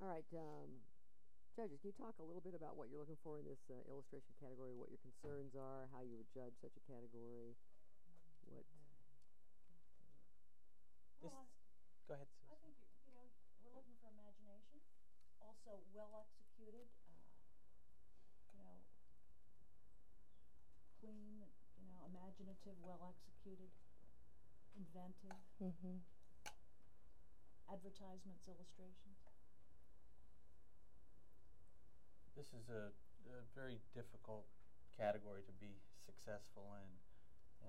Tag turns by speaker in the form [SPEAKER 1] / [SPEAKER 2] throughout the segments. [SPEAKER 1] right, um, judges, can you talk a little bit about what you're looking for in this uh, illustration category, what your concerns are, how you would judge such a category? What,
[SPEAKER 2] This-
[SPEAKER 3] Well,
[SPEAKER 2] Go ahead,
[SPEAKER 3] I, I think,
[SPEAKER 2] Susan.
[SPEAKER 3] you you know, we're looking for imagination, also well executed, uh, you know, clean, you know, imaginative, well executed, inventive,
[SPEAKER 4] Mm-hmm.
[SPEAKER 3] advertisements, illustrations.
[SPEAKER 2] This is a, a very difficult category to be successful in,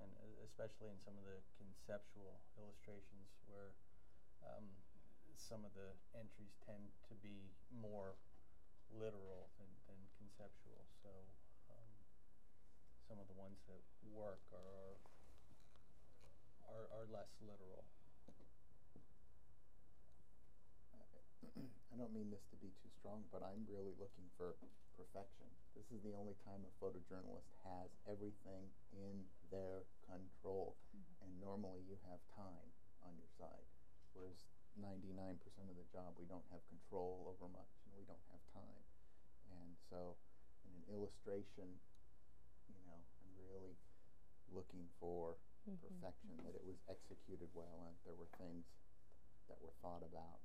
[SPEAKER 2] and e- especially in some of the conceptual illustrations where um, some of the entries tend to be more literal than, than conceptual. So um, some of the ones that work are are, are less literal.
[SPEAKER 5] I don't mean this to be too strong, but I'm really looking for perfection. This is the only time a photojournalist has everything in their control. And normally you have time on your side, whereas 99% of the job we don't have control over much and we don't have time. And so in an illustration, you know, I'm really looking for
[SPEAKER 4] Mhm.
[SPEAKER 5] perfection, that it was executed well and there were things that were thought about.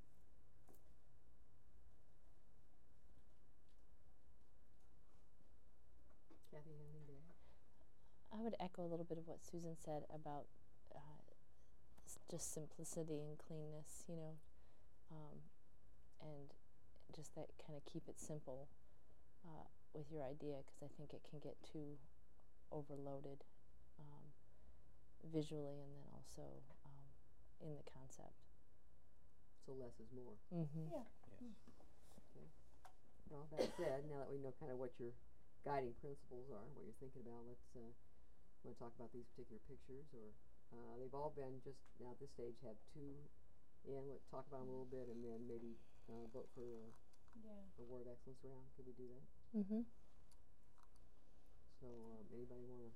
[SPEAKER 1] Kathy, anything to add?
[SPEAKER 4] I would echo a little bit of what Susan said about uh, s- just simplicity and cleanness, you know, um, and just that kind of keep it simple uh, with your idea because I think it can get too overloaded um, visually and then also um, in the concept.
[SPEAKER 1] So less is more.
[SPEAKER 4] Mm-hmm.
[SPEAKER 3] Yeah.
[SPEAKER 2] Yes.
[SPEAKER 1] Okay. And all that said, now that we know kind of what your guiding principles are, what you're thinking about, let's uh, want to talk about these particular pictures, or uh, they've all been just now at this stage have two in. Let's talk about them a little bit, and then maybe uh, vote for uh,
[SPEAKER 3] Yeah.
[SPEAKER 1] award excellence round. Could we do that?
[SPEAKER 4] Mm-hmm.
[SPEAKER 1] So um, anybody want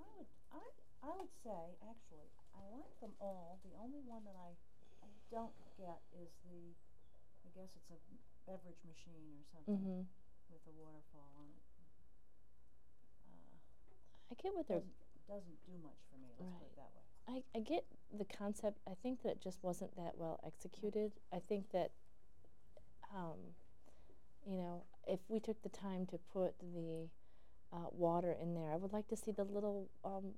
[SPEAKER 3] I would, I, I would say, actually, I like them all. The only one that I, I don't get is the, I guess it's a beverage machine or something
[SPEAKER 4] Mm-hmm.
[SPEAKER 3] with a waterfall on it. Uh,
[SPEAKER 4] I get what they're
[SPEAKER 3] doesn't, doesn't do much for me, let's put
[SPEAKER 4] Right.
[SPEAKER 3] it that way.
[SPEAKER 4] I, I get the concept. I think that it just wasn't that well executed. I think that, um, you know, if we took the time to put the uh, water in there, I would like to see the little um,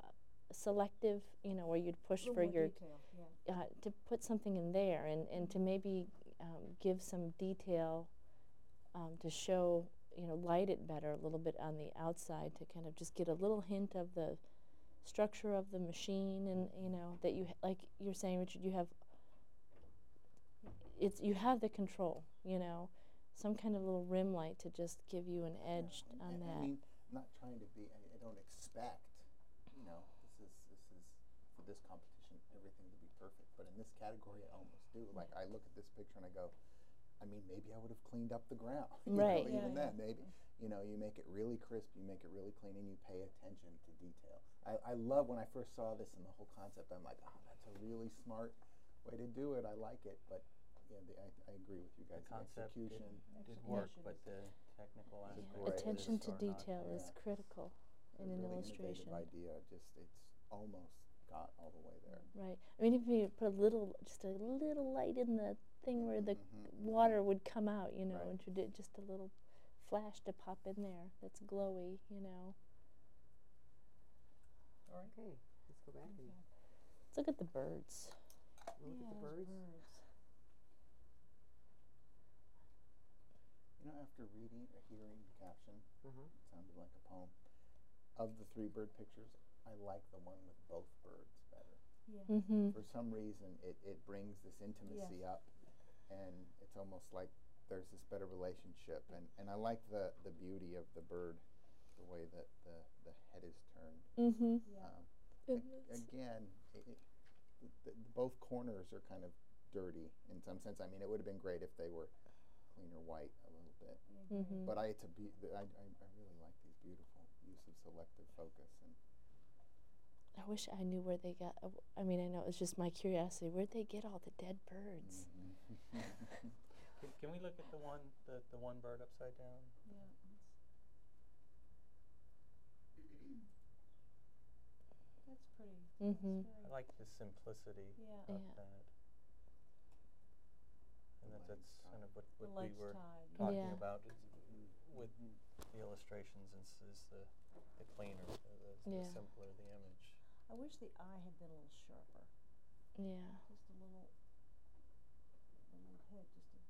[SPEAKER 4] uh, selective, you know, where you'd
[SPEAKER 3] A
[SPEAKER 4] push
[SPEAKER 3] little
[SPEAKER 4] for
[SPEAKER 3] more
[SPEAKER 4] your
[SPEAKER 3] detail, yeah.
[SPEAKER 4] uh, to put something in there and, and to maybe um, give some detail um, to show, you know, light it better a little bit on the outside to kind of just get a little hint of the structure of the machine and, you know, that you, ha- like you're saying, Richard, you have, it's, you have the control, you know, some kind of little rim light to just give you an edge
[SPEAKER 5] Yeah, I-
[SPEAKER 4] on
[SPEAKER 5] I,
[SPEAKER 4] that.
[SPEAKER 5] I mean, I'm not trying to be. I, I don't expect. You know, this is this is for this competition everything to be perfect. But in this category, I almost do. Like I look at this picture and I go, I mean, maybe I would have cleaned up the ground. you
[SPEAKER 4] Right.
[SPEAKER 5] Know,
[SPEAKER 4] Yeah,
[SPEAKER 5] even
[SPEAKER 3] yeah.
[SPEAKER 5] that, maybe. You know, you make it really crisp, you make it really clean, and you pay attention to detail. I, I love when I first saw this and the whole concept. I'm like, oh, that's a really smart way to do it. I like it, but. Yeah, the, I, I agree with you
[SPEAKER 2] The
[SPEAKER 5] guys. The
[SPEAKER 2] concept did,
[SPEAKER 5] execution.
[SPEAKER 2] did work,
[SPEAKER 3] Execution
[SPEAKER 2] but
[SPEAKER 3] is-
[SPEAKER 2] the technical
[SPEAKER 5] It's a
[SPEAKER 2] aspect.
[SPEAKER 4] Yeah,
[SPEAKER 2] of
[SPEAKER 5] great-
[SPEAKER 4] Attention
[SPEAKER 2] this
[SPEAKER 4] to
[SPEAKER 2] are not
[SPEAKER 4] detail
[SPEAKER 2] there.
[SPEAKER 4] is critical in
[SPEAKER 5] a
[SPEAKER 4] an
[SPEAKER 5] really
[SPEAKER 4] illustration.
[SPEAKER 5] innovative idea. Just it's almost got all the way there.
[SPEAKER 4] Right. I mean, if you put a little, just a little light in the thing where the
[SPEAKER 5] Mhm, mhm,
[SPEAKER 4] water
[SPEAKER 5] mhm.
[SPEAKER 4] would come out, you know,
[SPEAKER 5] Right.
[SPEAKER 4] and you did just a little flash to pop in there that's glowy, you know.
[SPEAKER 2] All
[SPEAKER 1] to? Okay,
[SPEAKER 2] right.
[SPEAKER 1] let's go back
[SPEAKER 3] Okay.
[SPEAKER 1] and
[SPEAKER 4] Let's look at the birds.
[SPEAKER 1] we'll look
[SPEAKER 3] Yeah,
[SPEAKER 1] at the
[SPEAKER 3] those
[SPEAKER 1] birds.
[SPEAKER 5] You know, after reading or hearing the caption,
[SPEAKER 1] Uh-huh.
[SPEAKER 5] it sounded like a poem. Of the three bird pictures, I like the one with both birds better.
[SPEAKER 3] Yeah,
[SPEAKER 4] Mm-hmm.
[SPEAKER 5] For some reason, it, it brings this intimacy up, and it's almost like there's this better relationship. And, and I like the, the beauty of the bird, the way that the, the head is turned.
[SPEAKER 4] Mm-hmm.
[SPEAKER 3] yeah.
[SPEAKER 5] Um, Ag- Again, it, it, the, the, both corners are kind of dirty in some sense. I mean, it would have been great if they were cleaner white a little bit.
[SPEAKER 3] I agree.
[SPEAKER 4] Mm-hmm.
[SPEAKER 5] But I, to be, th- I, I, I really like these beautiful use of selective focus and
[SPEAKER 4] I wish I knew where they got.
[SPEAKER 5] Mm-hmm.
[SPEAKER 4] I mean, I know it's just my curiosity. Where'd they get all the dead birds?
[SPEAKER 2] Can, can we look at the one, the, the one bird upside down?
[SPEAKER 3] Yeah. it's- That's pretty, that's
[SPEAKER 2] I
[SPEAKER 4] Mm-hmm.
[SPEAKER 3] very,
[SPEAKER 2] like the simplicity
[SPEAKER 3] yeah,
[SPEAKER 2] of
[SPEAKER 4] Yeah.
[SPEAKER 2] that. And
[SPEAKER 5] The
[SPEAKER 2] that, that's
[SPEAKER 5] lens
[SPEAKER 2] kind of
[SPEAKER 5] tie.
[SPEAKER 2] what,
[SPEAKER 3] the
[SPEAKER 2] what we
[SPEAKER 3] ledge
[SPEAKER 2] were
[SPEAKER 3] tide.
[SPEAKER 2] talking
[SPEAKER 4] Yeah.
[SPEAKER 2] about is- with the illustrations is, is the, the cleaner, the, the
[SPEAKER 4] Yeah.
[SPEAKER 2] simpler the image.
[SPEAKER 3] I wish the eye had been a little sharper,
[SPEAKER 4] Yeah.
[SPEAKER 3] just a little, the little head, just a tad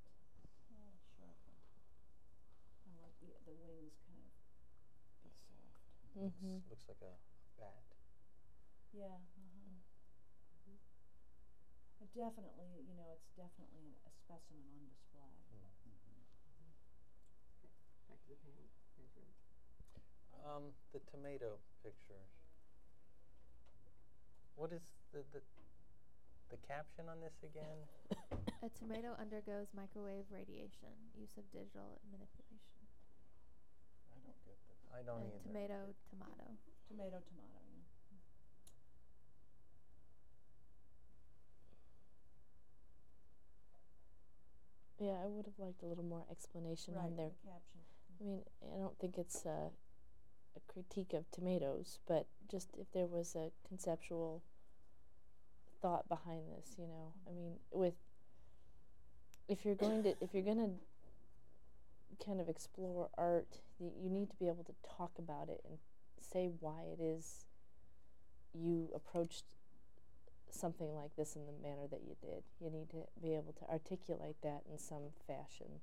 [SPEAKER 3] sharper. I like the, the wings kind of be soft.
[SPEAKER 2] Looks-
[SPEAKER 4] Mm-hmm.
[SPEAKER 2] Looks like a bat.
[SPEAKER 3] Yeah, uh-huh. Uh, Definitely, you know, it's definitely an- a specimen on display.
[SPEAKER 1] Back to the panel. You guys ready?
[SPEAKER 2] Um, the tomato picture. What is the, the, the caption on this again?
[SPEAKER 6] A tomato undergoes microwave radiation, use of digital manipulation.
[SPEAKER 5] I don't get this.
[SPEAKER 2] I don't
[SPEAKER 6] a
[SPEAKER 2] either.
[SPEAKER 6] tomato, tomato.
[SPEAKER 3] Oh, Tomato, tomato, yeah.
[SPEAKER 4] Yeah, I would have liked a little more explanation
[SPEAKER 3] Right,
[SPEAKER 4] on their.
[SPEAKER 3] the caption.
[SPEAKER 4] I mean, I don't think it's a, a critique of tomatoes, but just if there was a conceptual thought behind this, you know. I mean, with if you're going to if you're going to kind of explore art, y- you need to be able to talk about it and say why it is you approached something like this in the manner that you did. You need to be able to articulate that in some fashion.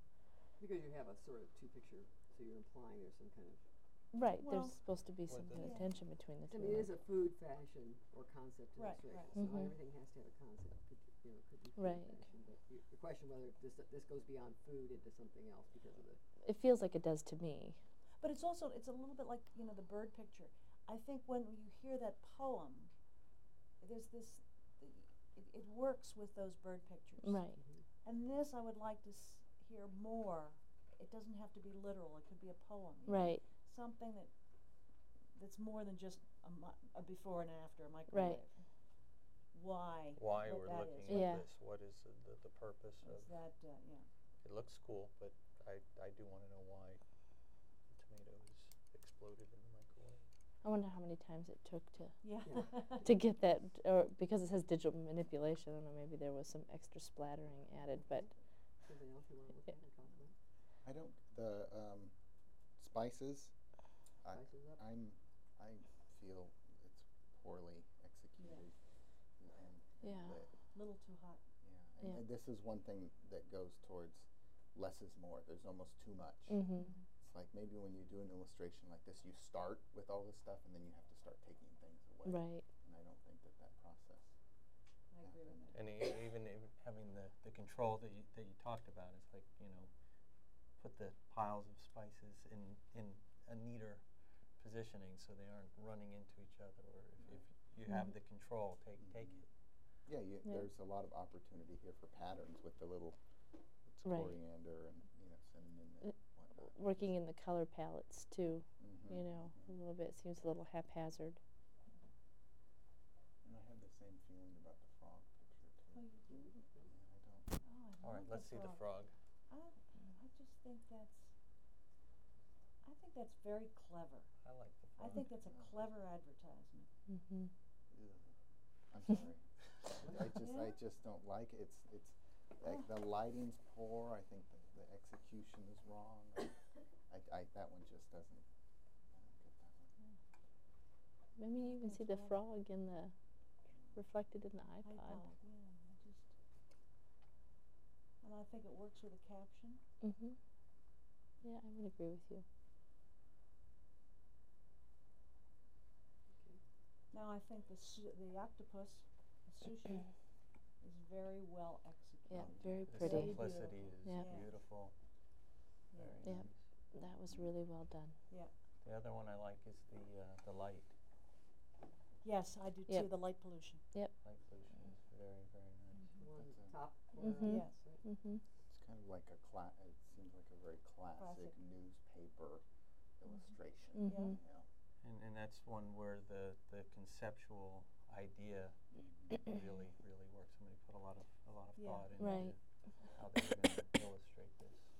[SPEAKER 1] Because you have a sort of two picture, so you're implying there's some kind of.
[SPEAKER 4] Right,
[SPEAKER 3] Well,
[SPEAKER 4] there's supposed to be some
[SPEAKER 2] the-
[SPEAKER 4] kind
[SPEAKER 3] Yeah.
[SPEAKER 4] of tension between the
[SPEAKER 1] I
[SPEAKER 4] two.
[SPEAKER 1] mean, it is
[SPEAKER 4] of
[SPEAKER 1] a food fashion or concept
[SPEAKER 3] Right,
[SPEAKER 1] illustration.
[SPEAKER 3] right.
[SPEAKER 1] So not
[SPEAKER 4] Mhm.
[SPEAKER 1] everything has to have a concept. Could, you know, it could be food
[SPEAKER 4] Right.
[SPEAKER 1] fashion, but you, the question whether this this goes beyond food into something else because of the
[SPEAKER 4] them. It feels like it does to me.
[SPEAKER 3] But it's also, it's a little bit like, you know, the bird picture. I think when you hear that poem, there's this, it, it works with those bird pictures.
[SPEAKER 4] Right.
[SPEAKER 1] Mm-hmm.
[SPEAKER 3] And this I would like to s- hear more. It doesn't have to be literal, it could be a poem. you know,
[SPEAKER 4] Right.
[SPEAKER 3] Something that, that's more than just a mi- a before and after, a microwave. Why?
[SPEAKER 2] Why
[SPEAKER 3] what
[SPEAKER 2] we're
[SPEAKER 3] that
[SPEAKER 2] looking
[SPEAKER 3] is,
[SPEAKER 2] at
[SPEAKER 3] what
[SPEAKER 4] Yeah.
[SPEAKER 2] this? What is the, the, the purpose of?
[SPEAKER 3] is that, uh, yeah.
[SPEAKER 2] It looks cool, but I, I do want to know why the tomato is exploded in the microwave.
[SPEAKER 4] I wonder how many times it took to
[SPEAKER 3] Yeah.
[SPEAKER 4] to get that, or because it says digital manipulation. I don't know. Maybe there was some extra splattering added, but
[SPEAKER 1] something else you want to look at and talk about.
[SPEAKER 5] I don't, the, um, spices, I-
[SPEAKER 1] Spices up.
[SPEAKER 5] I'm, I feel it's poorly executed. And
[SPEAKER 4] yeah,
[SPEAKER 5] the-
[SPEAKER 3] Little too hot.
[SPEAKER 5] yeah, and
[SPEAKER 4] Yeah.
[SPEAKER 5] and this is one thing that goes towards less is more, there's almost too much.
[SPEAKER 4] mm-hmm.
[SPEAKER 5] It's like maybe when you do an illustration like this, you start with all this stuff and then you have to start taking things away.
[SPEAKER 4] right.
[SPEAKER 5] And I don't think that that process
[SPEAKER 3] I agree with that.
[SPEAKER 2] And e- even i- having the, the control that you, that you talked about, it's like, you know, put the piles of spices in, in a neater positioning so they aren't running into each other, or if, if you
[SPEAKER 4] Mm-hmm.
[SPEAKER 2] have the control, take, take it.
[SPEAKER 3] Mm-hmm.
[SPEAKER 5] Yeah, you,
[SPEAKER 4] Yeah.
[SPEAKER 5] there's a lot of opportunity here for patterns with the little it's
[SPEAKER 4] Right.
[SPEAKER 5] coriander and you know cinnamon and whatnot.
[SPEAKER 4] Working in the color palettes too.
[SPEAKER 5] Mm-hmm.
[SPEAKER 4] You know, a little bit seems a little haphazard.
[SPEAKER 5] And I have the same feeling about the frog
[SPEAKER 3] Oh,
[SPEAKER 5] picture too.
[SPEAKER 3] you do?
[SPEAKER 5] Yeah, I
[SPEAKER 3] Oh,
[SPEAKER 5] don't.
[SPEAKER 3] I
[SPEAKER 2] All right,
[SPEAKER 3] love
[SPEAKER 2] let's see the frog.
[SPEAKER 3] I, I just think that's, I think that's very clever.
[SPEAKER 2] I like the
[SPEAKER 3] I
[SPEAKER 2] frog.
[SPEAKER 3] think that's a clever advertisement.
[SPEAKER 4] Mm-hmm.
[SPEAKER 5] Ugh. I'm sorry. I just I
[SPEAKER 3] Yeah?
[SPEAKER 5] just don't like it. It's it's
[SPEAKER 4] Oh.
[SPEAKER 5] like the lighting's poor. I think the, the execution is wrong. I, I, I that one just doesn't. I don't get that one.
[SPEAKER 4] Maybe you even see the
[SPEAKER 3] That's
[SPEAKER 4] frog in the reflected in the iPod.
[SPEAKER 3] iPod, yeah, I just, and I think it works with a caption.
[SPEAKER 4] Mm-hmm. Yeah, I would agree with you.
[SPEAKER 3] Now, I think the su- the octopus, the sushi, is very well
[SPEAKER 4] Yeah,
[SPEAKER 3] executed.
[SPEAKER 4] very
[SPEAKER 2] The
[SPEAKER 4] pretty.
[SPEAKER 3] Very
[SPEAKER 2] simplicity
[SPEAKER 3] beautiful.
[SPEAKER 2] is
[SPEAKER 4] Yeah.
[SPEAKER 3] Yeah.
[SPEAKER 2] beautiful. Very
[SPEAKER 4] Yeah.
[SPEAKER 2] nice.
[SPEAKER 4] That was really well done.
[SPEAKER 2] The other one I like is the uh, the light.
[SPEAKER 3] Yes, I do
[SPEAKER 4] Yep.
[SPEAKER 3] too, the light pollution.
[SPEAKER 2] Light pollution is very very nice.
[SPEAKER 1] The one
[SPEAKER 5] That's a-
[SPEAKER 1] top
[SPEAKER 4] Mhm.
[SPEAKER 1] corner,
[SPEAKER 3] Yes.
[SPEAKER 1] right?
[SPEAKER 4] Mm-hmm.
[SPEAKER 5] It's kind of like a cla- It seems like a very classic,
[SPEAKER 3] Classic.
[SPEAKER 5] newspaper
[SPEAKER 4] Mm-hmm.
[SPEAKER 5] illustration.
[SPEAKER 4] Mhm.
[SPEAKER 5] You know?
[SPEAKER 2] And and that's one where the the conceptual idea really really works. Somebody put a lot of a lot of
[SPEAKER 3] Yeah.
[SPEAKER 2] thought into
[SPEAKER 4] Right.
[SPEAKER 2] how they're going to illustrate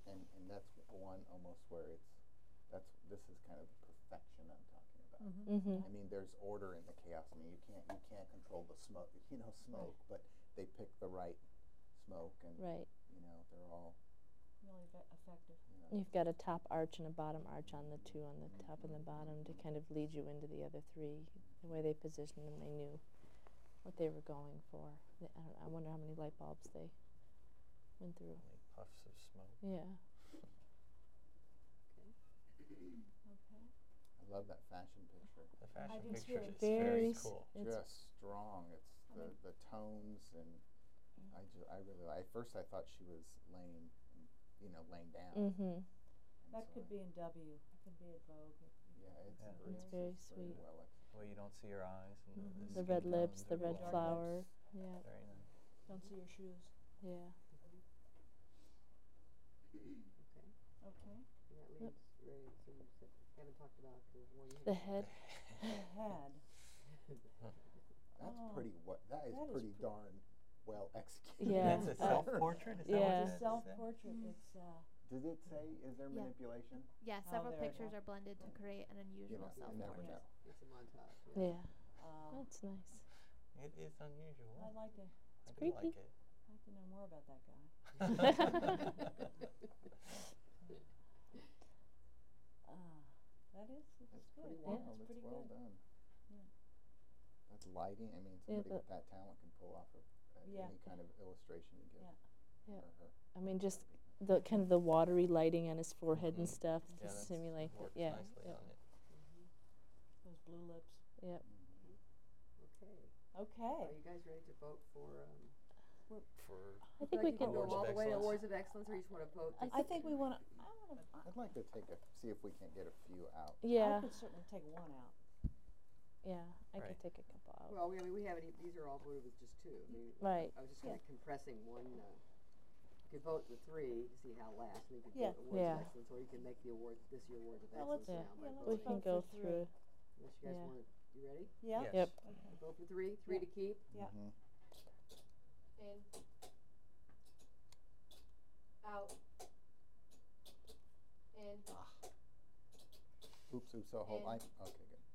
[SPEAKER 5] and, and that's one almost where it's, that's, this is kind of the perfection I'm talking about.
[SPEAKER 4] Mm-hmm.
[SPEAKER 5] I mean, there's order in the chaos. I mean, you can't, you can't control the smoke, you know, smoke, but they pick the right smoke and,
[SPEAKER 4] Right.
[SPEAKER 5] you know, they're all,
[SPEAKER 3] Really ve- effective.
[SPEAKER 5] you know.
[SPEAKER 4] You've got a top arch and a bottom arch on the two on the top and the bottom to kind of lead you into the other three. The way they positioned them, they knew what they were going for. They- I, don't, I wonder how many light bulbs they went through.
[SPEAKER 2] Only puffs of smoke.
[SPEAKER 4] Yeah.
[SPEAKER 3] Okay.
[SPEAKER 5] I love that fashion picture.
[SPEAKER 2] The fashion
[SPEAKER 3] do
[SPEAKER 2] picture
[SPEAKER 3] too.
[SPEAKER 2] is very,
[SPEAKER 4] Very s-
[SPEAKER 2] cool.
[SPEAKER 4] It's
[SPEAKER 5] Just strong. It's
[SPEAKER 3] I
[SPEAKER 5] the,
[SPEAKER 3] mean-
[SPEAKER 5] the tones and I ju- I really, li- at first I thought she was laying, you know, laying down.
[SPEAKER 4] mm-hmm.
[SPEAKER 5] and
[SPEAKER 3] That
[SPEAKER 5] so
[SPEAKER 3] could
[SPEAKER 5] I-
[SPEAKER 3] be in W, it could be in Vogue. it could be-
[SPEAKER 5] Yeah, it's,
[SPEAKER 2] Yeah.
[SPEAKER 5] very-
[SPEAKER 4] It's very
[SPEAKER 5] just
[SPEAKER 4] sweet.
[SPEAKER 5] well executed.
[SPEAKER 2] Well, you don't see her eyes and the-
[SPEAKER 3] Mhm.
[SPEAKER 2] the,
[SPEAKER 4] Mm-hmm. The
[SPEAKER 2] skin
[SPEAKER 4] red lips,
[SPEAKER 2] tones
[SPEAKER 4] the
[SPEAKER 2] are
[SPEAKER 4] red
[SPEAKER 2] blonde.
[SPEAKER 4] flower. Yeah.
[SPEAKER 2] Very nice.
[SPEAKER 3] Don't see your shoes.
[SPEAKER 4] Yeah.
[SPEAKER 1] Okay.
[SPEAKER 3] Okay.
[SPEAKER 1] And that leaves Ray, so you said, haven't talked about the one you
[SPEAKER 4] The
[SPEAKER 1] had.
[SPEAKER 4] head.
[SPEAKER 3] The head.
[SPEAKER 5] That's
[SPEAKER 3] Oh,
[SPEAKER 5] pretty, wa- that is
[SPEAKER 3] that is
[SPEAKER 5] pretty
[SPEAKER 3] pre-
[SPEAKER 5] darn well executed.
[SPEAKER 4] Yeah,
[SPEAKER 2] That's a
[SPEAKER 4] uh,
[SPEAKER 2] self portrait? Is that
[SPEAKER 4] yeah.
[SPEAKER 2] what
[SPEAKER 3] It's
[SPEAKER 2] that
[SPEAKER 3] a
[SPEAKER 2] is?
[SPEAKER 3] self-portrait,
[SPEAKER 6] Mm.
[SPEAKER 3] it's, uh,
[SPEAKER 5] Does it say, is there
[SPEAKER 6] Yeah.
[SPEAKER 5] manipulation?
[SPEAKER 6] Yeah,
[SPEAKER 3] Oh,
[SPEAKER 6] several
[SPEAKER 3] there we go.
[SPEAKER 6] pictures are blended to create an
[SPEAKER 5] You know,
[SPEAKER 6] unusual
[SPEAKER 5] you
[SPEAKER 6] self
[SPEAKER 5] never
[SPEAKER 6] portrait.
[SPEAKER 5] know.
[SPEAKER 1] It's a montage.
[SPEAKER 4] Yeah.
[SPEAKER 3] uh,
[SPEAKER 4] That's nice.
[SPEAKER 2] It is unusual.
[SPEAKER 3] I'd like to,
[SPEAKER 2] I do
[SPEAKER 4] creepy.
[SPEAKER 2] like it.
[SPEAKER 3] like to know more about that guy. Uh, that is,
[SPEAKER 5] It's
[SPEAKER 3] it's
[SPEAKER 5] pretty
[SPEAKER 3] good.
[SPEAKER 5] wild.
[SPEAKER 3] That's
[SPEAKER 5] It's
[SPEAKER 3] pretty
[SPEAKER 5] well
[SPEAKER 3] good.
[SPEAKER 5] done.
[SPEAKER 3] Yeah.
[SPEAKER 5] That's lighting. I mean,
[SPEAKER 4] Yeah,
[SPEAKER 5] somebody
[SPEAKER 4] but-
[SPEAKER 5] with that talent can pull off of uh,
[SPEAKER 3] Yeah.
[SPEAKER 5] any kind of illustration you give.
[SPEAKER 3] Yeah.
[SPEAKER 4] Yeah.
[SPEAKER 5] Or her.
[SPEAKER 4] I mean, just the kind of the watery lighting on his forehead and
[SPEAKER 2] Mhm.
[SPEAKER 4] stuff
[SPEAKER 2] yeah,
[SPEAKER 4] to
[SPEAKER 2] that's-
[SPEAKER 4] simulate that.
[SPEAKER 2] works
[SPEAKER 4] Yeah.
[SPEAKER 2] Nicely
[SPEAKER 4] yeah.
[SPEAKER 2] on it.
[SPEAKER 3] Those blue lips.
[SPEAKER 1] Okay.
[SPEAKER 3] Okay.
[SPEAKER 1] Are you guys ready to vote for, um,
[SPEAKER 2] For
[SPEAKER 4] I think we
[SPEAKER 1] you
[SPEAKER 4] can.
[SPEAKER 2] Awards
[SPEAKER 1] go all
[SPEAKER 2] of
[SPEAKER 1] the way to
[SPEAKER 2] Excellence.
[SPEAKER 1] awards of excellence, or you just wanna vote?
[SPEAKER 4] I
[SPEAKER 1] to-
[SPEAKER 3] I think we wanna, I wanna, I,
[SPEAKER 5] I'd like to take a, see if we can't get a few out.
[SPEAKER 4] Yeah.
[SPEAKER 3] I could certainly take one out.
[SPEAKER 4] Yeah. I
[SPEAKER 2] Right.
[SPEAKER 4] could take a couple out.
[SPEAKER 1] Well, we, I mean, we haven't, e- these are all voted with just two. I mean,
[SPEAKER 4] Right.
[SPEAKER 1] I was just
[SPEAKER 3] Yeah.
[SPEAKER 1] kinda compressing one, uh, you could vote the three to see how it lasts, and you could
[SPEAKER 3] Yeah.
[SPEAKER 1] do awards
[SPEAKER 4] Yeah.
[SPEAKER 1] of excellence, or you can make the awards, this year awards of
[SPEAKER 3] Well, let's-
[SPEAKER 1] excellence
[SPEAKER 4] Yeah.
[SPEAKER 1] now
[SPEAKER 3] yeah,
[SPEAKER 1] by
[SPEAKER 3] let's
[SPEAKER 4] We
[SPEAKER 1] voting.
[SPEAKER 4] can
[SPEAKER 3] vote for three.
[SPEAKER 4] go through.
[SPEAKER 1] Unless you guys
[SPEAKER 4] yeah.
[SPEAKER 1] wanna, you ready?
[SPEAKER 3] Yeah?
[SPEAKER 2] Yes.
[SPEAKER 1] Vote for three, three
[SPEAKER 3] Yeah.
[SPEAKER 1] to keep?
[SPEAKER 3] Yeah.
[SPEAKER 5] Mhm. Mm-hmm.
[SPEAKER 4] Out. In.
[SPEAKER 5] Oops, oops, so hold,
[SPEAKER 4] And-
[SPEAKER 5] Ah. I, okay, good.